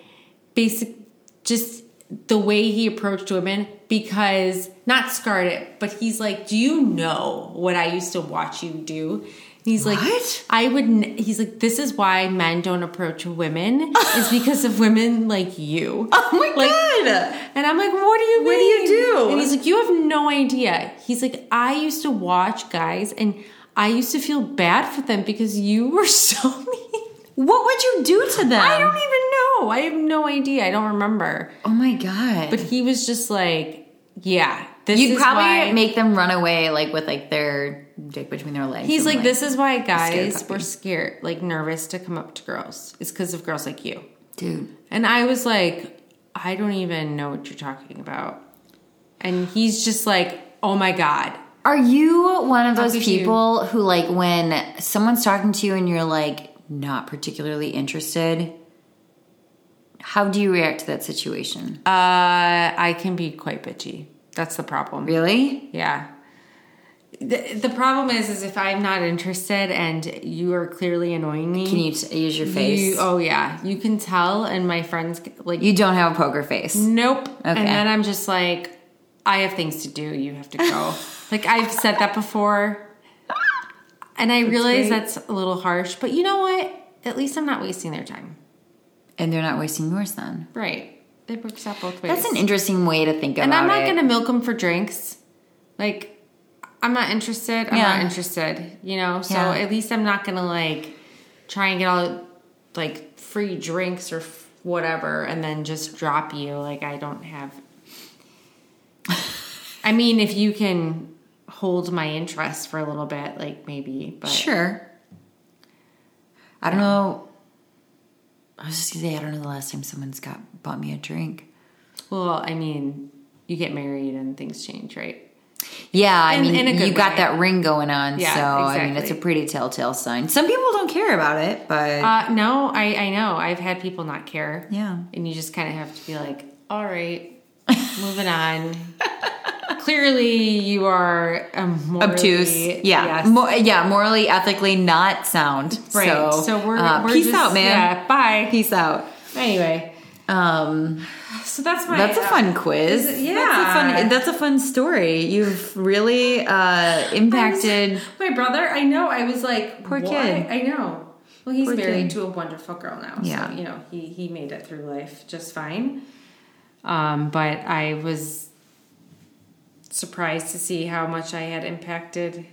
Speaker 2: basic just the way he approached women because not scarred it, but he's like, "Do you know what I used to watch you do?" And he's like,
Speaker 1: What?
Speaker 2: "I would." n- He's like, "This is why men don't approach women is because of women like you."
Speaker 1: Oh my God.
Speaker 2: And I'm like, "What do you
Speaker 1: What do
Speaker 2: mean?"
Speaker 1: you do?
Speaker 2: And he's like, "You have no idea." He's like, "I used to watch guys, and I used to feel bad for them because you were so mean."
Speaker 1: What would you do to them?
Speaker 2: I don't even know. I have no idea. I don't remember.
Speaker 1: Oh my god.
Speaker 2: But he was just like, yeah, this
Speaker 1: You'd
Speaker 2: is
Speaker 1: probably
Speaker 2: why.
Speaker 1: make them run away like with like their dick between their legs.
Speaker 2: he's
Speaker 1: and,
Speaker 2: like, this is why guys
Speaker 1: puppy.
Speaker 2: were scared, like nervous to come up to girls. It's because of girls like you.
Speaker 1: dude.
Speaker 2: And I was like, I don't even know what you're talking about. And he's just like, oh my god.
Speaker 1: Are you one of those
Speaker 2: at you.
Speaker 1: people who like when someone's talking to you and you're like not particularly interested? How do you react to that situation?
Speaker 2: Uh, I can be quite bitchy. That's the problem.
Speaker 1: really?
Speaker 2: Yeah. The, the problem is, is if I'm not interested and you are clearly annoying me,
Speaker 1: Can you t- use your face?
Speaker 2: You,
Speaker 1: You,
Speaker 2: oh yeah, you can tell, and my friends like
Speaker 1: don't have a poker face.
Speaker 2: nope.
Speaker 1: Okay.
Speaker 2: And then I'm just like, I have things to do. You have to go. like I've said that before, and I realize
Speaker 1: great.
Speaker 2: that's a little harsh. But you know what? At least I'm not wasting their time.
Speaker 1: And they're not wasting yours then.
Speaker 2: Right? It works out both ways.
Speaker 1: That's an interesting way to think about
Speaker 2: and I'm not
Speaker 1: it.
Speaker 2: gonna milk them for drinks. Like I'm not interested. I'm
Speaker 1: Yeah.
Speaker 2: not interested. You know. So
Speaker 1: Yeah.
Speaker 2: at least I'm not gonna like try and get all like free drinks or f- whatever, and then just drop you. Like I don't have. I mean, if you can hold my interest for a little bit, like maybe, but
Speaker 1: Sure. I don't know. I was just gonna say I don't know the last time someone's got bought me a drink.
Speaker 2: well, I mean, you get married and things change, right?
Speaker 1: Yeah, I
Speaker 2: In-
Speaker 1: mean
Speaker 2: in a
Speaker 1: you
Speaker 2: good
Speaker 1: got
Speaker 2: way.
Speaker 1: that ring going on,
Speaker 2: Yeah,
Speaker 1: so I mean it's a
Speaker 2: exactly.
Speaker 1: pretty telltale sign. Some people don't care about it, but
Speaker 2: Uh, no, I, I know. I've had people not care.
Speaker 1: Yeah.
Speaker 2: And you just kind of have to be like, all right, moving on. Clearly, you are um, morally,
Speaker 1: obtuse. Yeah,
Speaker 2: yes.
Speaker 1: Mo- yeah, morally, ethically not sound.
Speaker 2: right.
Speaker 1: So,
Speaker 2: So, we're,
Speaker 1: uh,
Speaker 2: we're
Speaker 1: peace
Speaker 2: just-
Speaker 1: out, man.
Speaker 2: Yeah, bye.
Speaker 1: Peace out.
Speaker 2: Anyway,
Speaker 1: Um,
Speaker 2: so that's my.
Speaker 1: that's a
Speaker 2: uh,
Speaker 1: fun quiz.
Speaker 2: is it- yeah.
Speaker 1: that's a fun. That's a fun story. You've really uh, impacted.
Speaker 2: My brother, I know. I was like,
Speaker 1: Poor
Speaker 2: "Why?"
Speaker 1: kid.
Speaker 2: I know. Well, he's
Speaker 1: Poor
Speaker 2: married
Speaker 1: kid.
Speaker 2: to a wonderful girl now.
Speaker 1: Yeah.
Speaker 2: So, you know, he he made it through life just fine. Um, but I was surprised to see how much I had impacted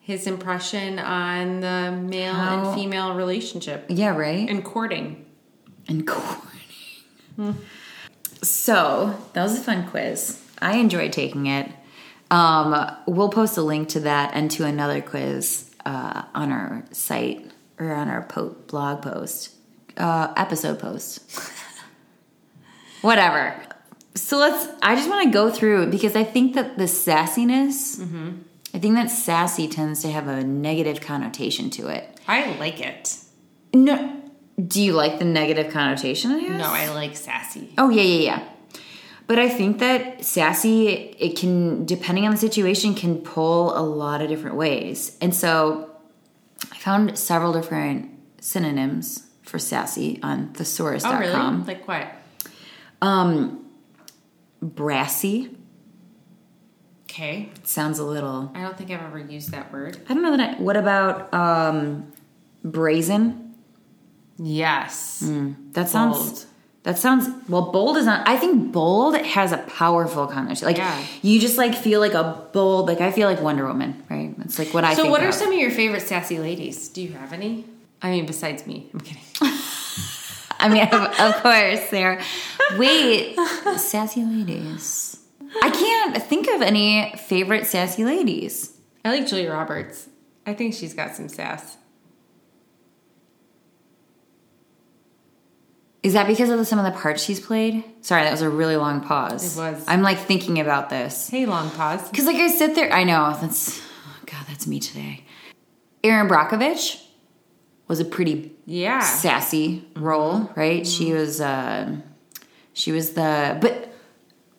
Speaker 2: his impression on the male
Speaker 1: How-
Speaker 2: and female relationship
Speaker 1: Yeah, right.
Speaker 2: and courting.
Speaker 1: and corny. So that was a fun quiz. I enjoyed taking it. Um, we'll post a link to that and to another quiz uh, on our site or on our po- blog post, uh, episode post. Whatever. so let's i just want to go through because i think that the sassiness
Speaker 2: Mm-hmm.
Speaker 1: i think that sassy tends to have a negative connotation to it
Speaker 2: I like it.
Speaker 1: no do you like the negative connotation it has?
Speaker 2: No, I like sassy.
Speaker 1: oh yeah yeah yeah but i think that sassy it can depending on the situation can pull a lot of different ways and so i found several different synonyms for sassy on thesaurus.com
Speaker 2: Oh, really? Like what?
Speaker 1: brassy
Speaker 2: Okay.
Speaker 1: sounds a little
Speaker 2: I don't think I've ever used that word.
Speaker 1: I don't know that. I, what about um, brazen? Mm,
Speaker 2: Yes.
Speaker 1: That sounds.
Speaker 2: Bold.
Speaker 1: That sounds well. Bold is not. I think bold has a powerful connotation. Like
Speaker 2: Yeah.
Speaker 1: you just like feel like a bold. Like I feel like Wonder Woman, right? That's like what I.
Speaker 2: So,
Speaker 1: think
Speaker 2: what are
Speaker 1: of.
Speaker 2: some of your favorite sassy ladies? Do you have any? I mean, besides me. I'm kidding.
Speaker 1: I mean, of, of course, Sarah. Wait, sassy ladies. I can't think of any favorite sassy ladies.
Speaker 2: I like Julia Roberts. I think she's got some sass.
Speaker 1: Is that because of the, some of the parts she's played? Sorry, that was a really long pause.
Speaker 2: It was.
Speaker 1: I'm like thinking about this.
Speaker 2: Hey, long pause.
Speaker 1: Because like I sit there, I know that's oh God, that's me today. Erin Brockovich was a pretty
Speaker 2: Yeah.
Speaker 1: sassy role, right?
Speaker 2: Mm-hmm.
Speaker 1: She was, uh, she was the but.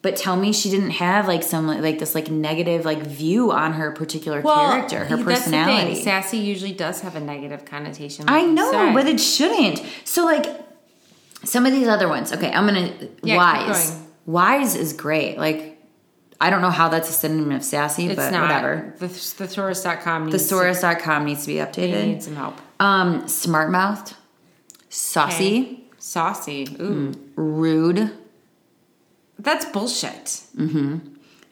Speaker 1: But tell me, she didn't have like some like this like negative like view on her particular character, her
Speaker 2: that's the thing.
Speaker 1: personality.
Speaker 2: Sassy usually does have a negative connotation. like
Speaker 1: I
Speaker 2: you
Speaker 1: know,
Speaker 2: said.
Speaker 1: but it shouldn't. So like some of these other ones. Okay, I'm gonna
Speaker 2: Yeah, keep
Speaker 1: wise.
Speaker 2: going.
Speaker 1: Wise is great. Like I don't know how that's a synonym of sassy,
Speaker 2: it's
Speaker 1: but
Speaker 2: not.
Speaker 1: whatever.
Speaker 2: The, thesaurus.com needs,
Speaker 1: Thesaurus.com needs to be
Speaker 2: they need
Speaker 1: updated.
Speaker 2: some help.
Speaker 1: Um, smart mouthed, saucy,
Speaker 2: Okay. Saucy.
Speaker 1: Hmm.
Speaker 2: Ooh.
Speaker 1: rude.
Speaker 2: That's bullshit.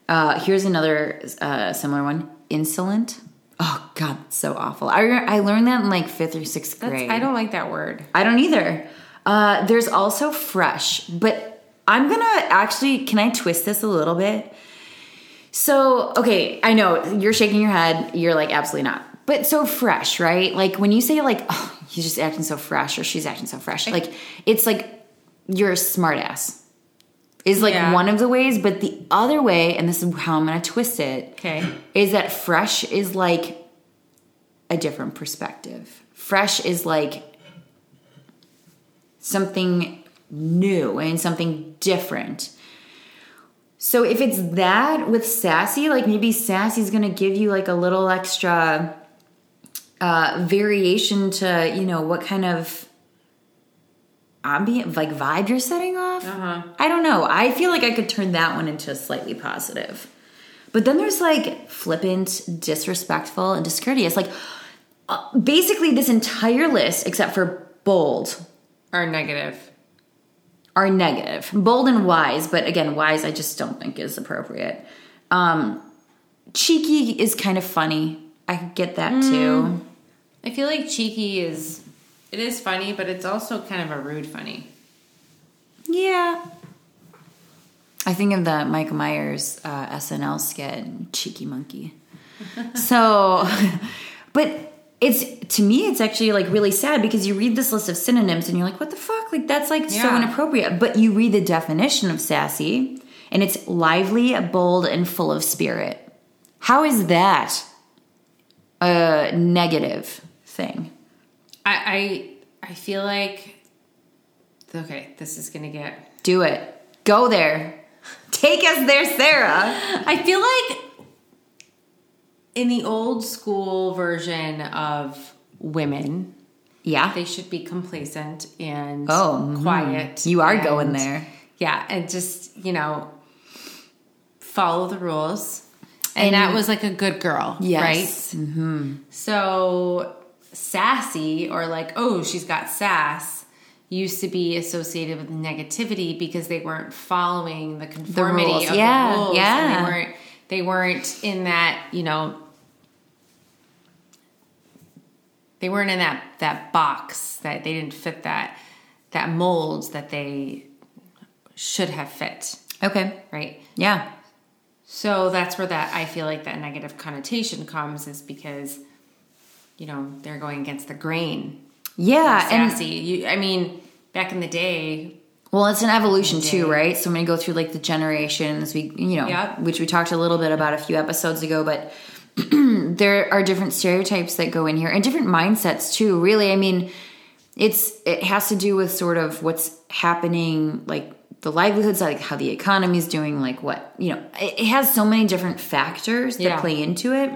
Speaker 1: Uh, here's another uh, similar one: insolent. Oh God, that's so awful. I re- I learned that in like fifth or sixth
Speaker 2: That's,
Speaker 1: grade.
Speaker 2: I don't like that word.
Speaker 1: I don't either. Uh, there's also fresh, but I'm gonna actually. Can I twist this a little bit? So, okay, I know you're shaking your head. You're like, absolutely not. But so fresh, right? Like when you say like, oh, he's just acting so fresh, or she's acting so fresh. Like it's like you're a smartass. Is like
Speaker 2: Yeah.
Speaker 1: one of the ways, but the other way, and this is how I'm gonna twist it
Speaker 2: Okay.
Speaker 1: is that fresh is like a different perspective. Fresh is like something new and something different. So if it's that with sassy, like maybe sassy's gonna give you like a little extra uh, variation to you know what kind of ambient like vibe you're setting off.
Speaker 2: Uh-huh.
Speaker 1: I don't know. I feel like I could turn that one into slightly positive. But then there's like flippant, disrespectful, and discourteous. Like uh, basically, this entire list, except for bold,
Speaker 2: Or negative.
Speaker 1: are negative. Bold and wise, but again, wise I just don't think is appropriate. Um, cheeky is kind of funny. I could get that too.
Speaker 2: I feel like cheeky is it is funny, but it's also kind of a rude funny.
Speaker 1: Yeah. I think of the Michael Myers uh, SNL skit, Cheeky Monkey. so, but it's to me, it's actually like really sad because you read this list of synonyms and you're like, what the fuck? Like, that's like so
Speaker 2: Yeah.
Speaker 1: inappropriate. But you read the definition of sassy and it's lively, bold, and full of spirit. How is that a negative thing?
Speaker 2: I I, I feel like okay, this is gonna get
Speaker 1: Do it. Go there. Take us there, Sarah.
Speaker 2: I feel like in the old school version of women,
Speaker 1: Yeah.
Speaker 2: they should be complacent and
Speaker 1: Oh, mhm.
Speaker 2: quiet.
Speaker 1: You are
Speaker 2: and-
Speaker 1: going there.
Speaker 2: Yeah, and just, you know, follow the rules.
Speaker 1: And-
Speaker 2: And, that was like a good girl,
Speaker 1: Yes.
Speaker 2: right? Mm-hmm. So sassy or like, oh, she's got sass used to be associated with negativity because they weren't following the conformity
Speaker 1: rules.
Speaker 2: of
Speaker 1: Yeah,
Speaker 2: the rules. and
Speaker 1: yeah.
Speaker 2: they weren't they weren't in that, you know, they weren't in that that box that they didn't fit that that mold that they should have fit
Speaker 1: Okay.
Speaker 2: right
Speaker 1: Yeah.
Speaker 2: so that's where that i feel like that negative connotation comes is because you know they're going against the grain
Speaker 1: Yeah. And
Speaker 2: sassy you i mean back in the day
Speaker 1: Well, it's an evolution too, right? So I'm going to go through like the generations we, you know,
Speaker 2: Yep.
Speaker 1: which we talked a little bit about a few episodes ago, but there are different stereotypes that go in here and different mindsets too. Really, I mean, it's it has to do with sort of what's happening, like the livelihoods, like how the economy's doing, like what you know. It, it has so many different factors that
Speaker 2: Yeah.
Speaker 1: play into it,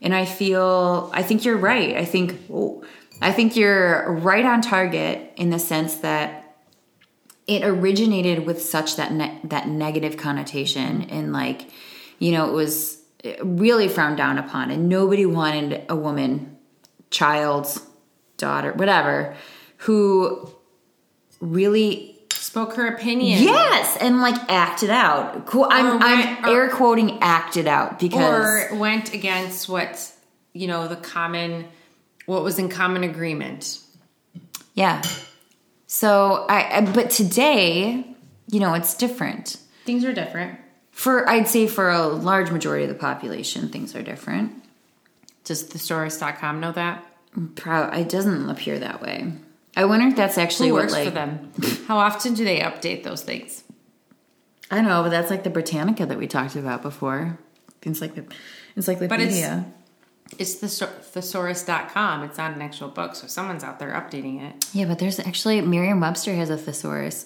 Speaker 1: and I feel I think you're right. I think oh, I think you're right on target in the sense that it originated with such that ne- that negative connotation and like you know it was really frowned down upon and nobody wanted a woman child daughter whatever who really
Speaker 2: Spoke her opinion.
Speaker 1: yes and like acted out Qu-
Speaker 2: Or
Speaker 1: i'm
Speaker 2: went-
Speaker 1: i'm
Speaker 2: or-
Speaker 1: air quoting acted out because
Speaker 2: Or went against what, you know, the common, what was in common agreement.
Speaker 1: yeah so i I- but today you know it's different
Speaker 2: Things are different.
Speaker 1: for i'd say for a large majority of the population things are different
Speaker 2: Does thesaurus.com know that?
Speaker 1: Pro it doesn't appear that way. I wonder if that's actually
Speaker 2: Who
Speaker 1: what
Speaker 2: works
Speaker 1: like
Speaker 2: for them? How often do they update those things?
Speaker 1: I don't know, but that's like the Britannica that we talked about before. It's like the it's like the
Speaker 2: But it's- It's thesau- thesaurus.com. It's not an actual book, so someone's out there updating it.
Speaker 1: Yeah, but there's actually Merriam-Webster has a thesaurus.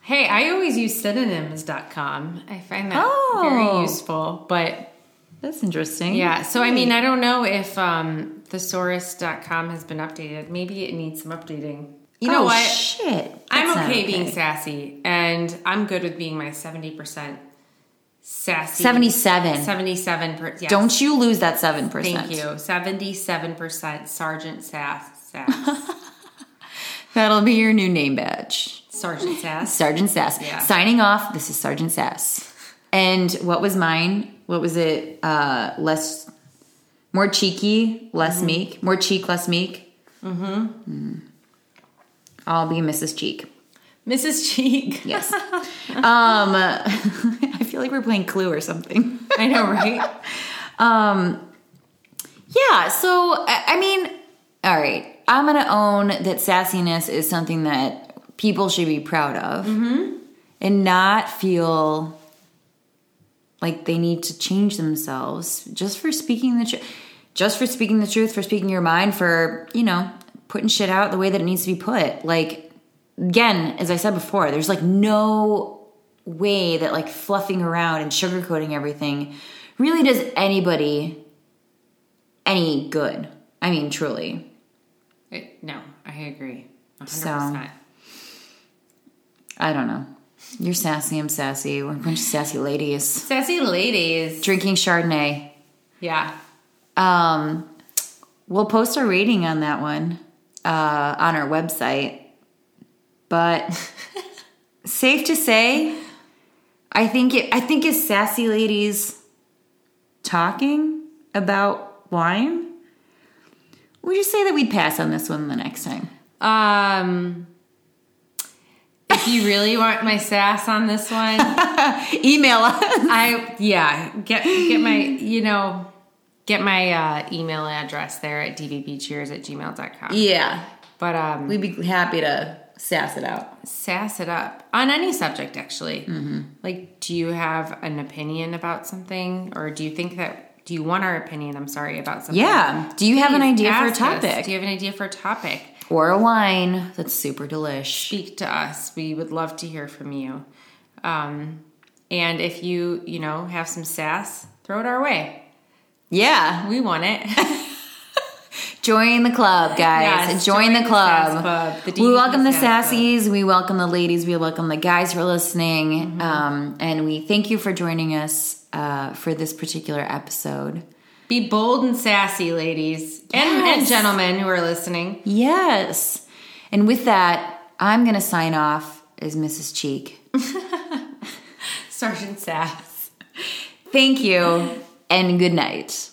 Speaker 2: Hey, I always use synonyms.com. I find that
Speaker 1: Oh.
Speaker 2: very useful. But
Speaker 1: That's interesting.
Speaker 2: yeah, so I mean, I don't know if um, thesaurus.com has been updated. Maybe it needs some updating. You know
Speaker 1: Oh,
Speaker 2: what?
Speaker 1: Shit.
Speaker 2: I'm
Speaker 1: That's not
Speaker 2: okay, being sassy, and I'm good with being my 70% sassy.
Speaker 1: 77.
Speaker 2: 77 per, yes.
Speaker 1: Don't you lose that seven percent.
Speaker 2: Thank you. 77% Sergeant Sass. Sass.
Speaker 1: That'll be your new name badge.
Speaker 2: Sergeant Sass.
Speaker 1: Sergeant Sass.
Speaker 2: Yeah.
Speaker 1: Signing off, this is Sergeant Sass. And what was mine? What was it? Uh less more cheeky, less meek. More cheek, less meek. Mm-hmm. I'll be Mrs. Cheek.
Speaker 2: Mrs. Cheek.
Speaker 1: Yes. um I feel like we're playing clue or something.
Speaker 2: I know, right?
Speaker 1: Yeah, so I I mean, all right, I'm gonna own that sassiness is something that people should be proud of and not feel like they need to change themselves just for speaking the truth, just for speaking the truth, for speaking your mind, for you know putting shit out the way that it needs to be put. Like again, as I said before, there's like no way that like fluffing around and sugarcoating everything really does anybody any good. I mean, truly.
Speaker 2: It- no, I agree. 100%.
Speaker 1: I don't know. You're sassy, I'm sassy. We're a bunch of sassy ladies.
Speaker 2: Sassy ladies.
Speaker 1: Drinking Chardonnay.
Speaker 2: Yeah.
Speaker 1: Um, we'll post a rating on that one uh, on our website. But safe to say, I think it, I think it's sassy ladies talking about wine. Would you say that we'd pass on this one the next time?
Speaker 2: Um, if you really want my sass on this one,
Speaker 1: Email us.
Speaker 2: I yeah get get my you know get my uh, email address there at dvbcheers at gmail.com.
Speaker 1: Yeah.
Speaker 2: But um,
Speaker 1: We'd be happy to sass it out.
Speaker 2: sass it up on any subject actually
Speaker 1: Mm-hmm.
Speaker 2: like do you have an opinion about something or do you think that do you want our opinion i'm sorry about something
Speaker 1: Yeah. Do you have an
Speaker 2: Please
Speaker 1: idea for a
Speaker 2: ask us.
Speaker 1: topic?
Speaker 2: do you have an idea for a topic
Speaker 1: or a wine that's super delish?
Speaker 2: speak to us we would love to hear from you um, and if you you know have some sass throw it our way
Speaker 1: Yeah.
Speaker 2: we want it
Speaker 1: Join the club, guys.
Speaker 2: Yes,
Speaker 1: join, the club.
Speaker 2: sass club, the
Speaker 1: we
Speaker 2: DVD
Speaker 1: welcome the
Speaker 2: sass club.
Speaker 1: sassies. We welcome the ladies. We welcome the guys for listening.
Speaker 2: Mm-hmm.
Speaker 1: Um, and we thank you for joining us uh, for this particular episode.
Speaker 2: be bold and sassy ladies and, and
Speaker 1: Yes.
Speaker 2: gentlemen who are listening
Speaker 1: Yes. And with that, I'm going to sign off as Mrs. Cheek.
Speaker 2: sergeant sass
Speaker 1: Thank you and good night.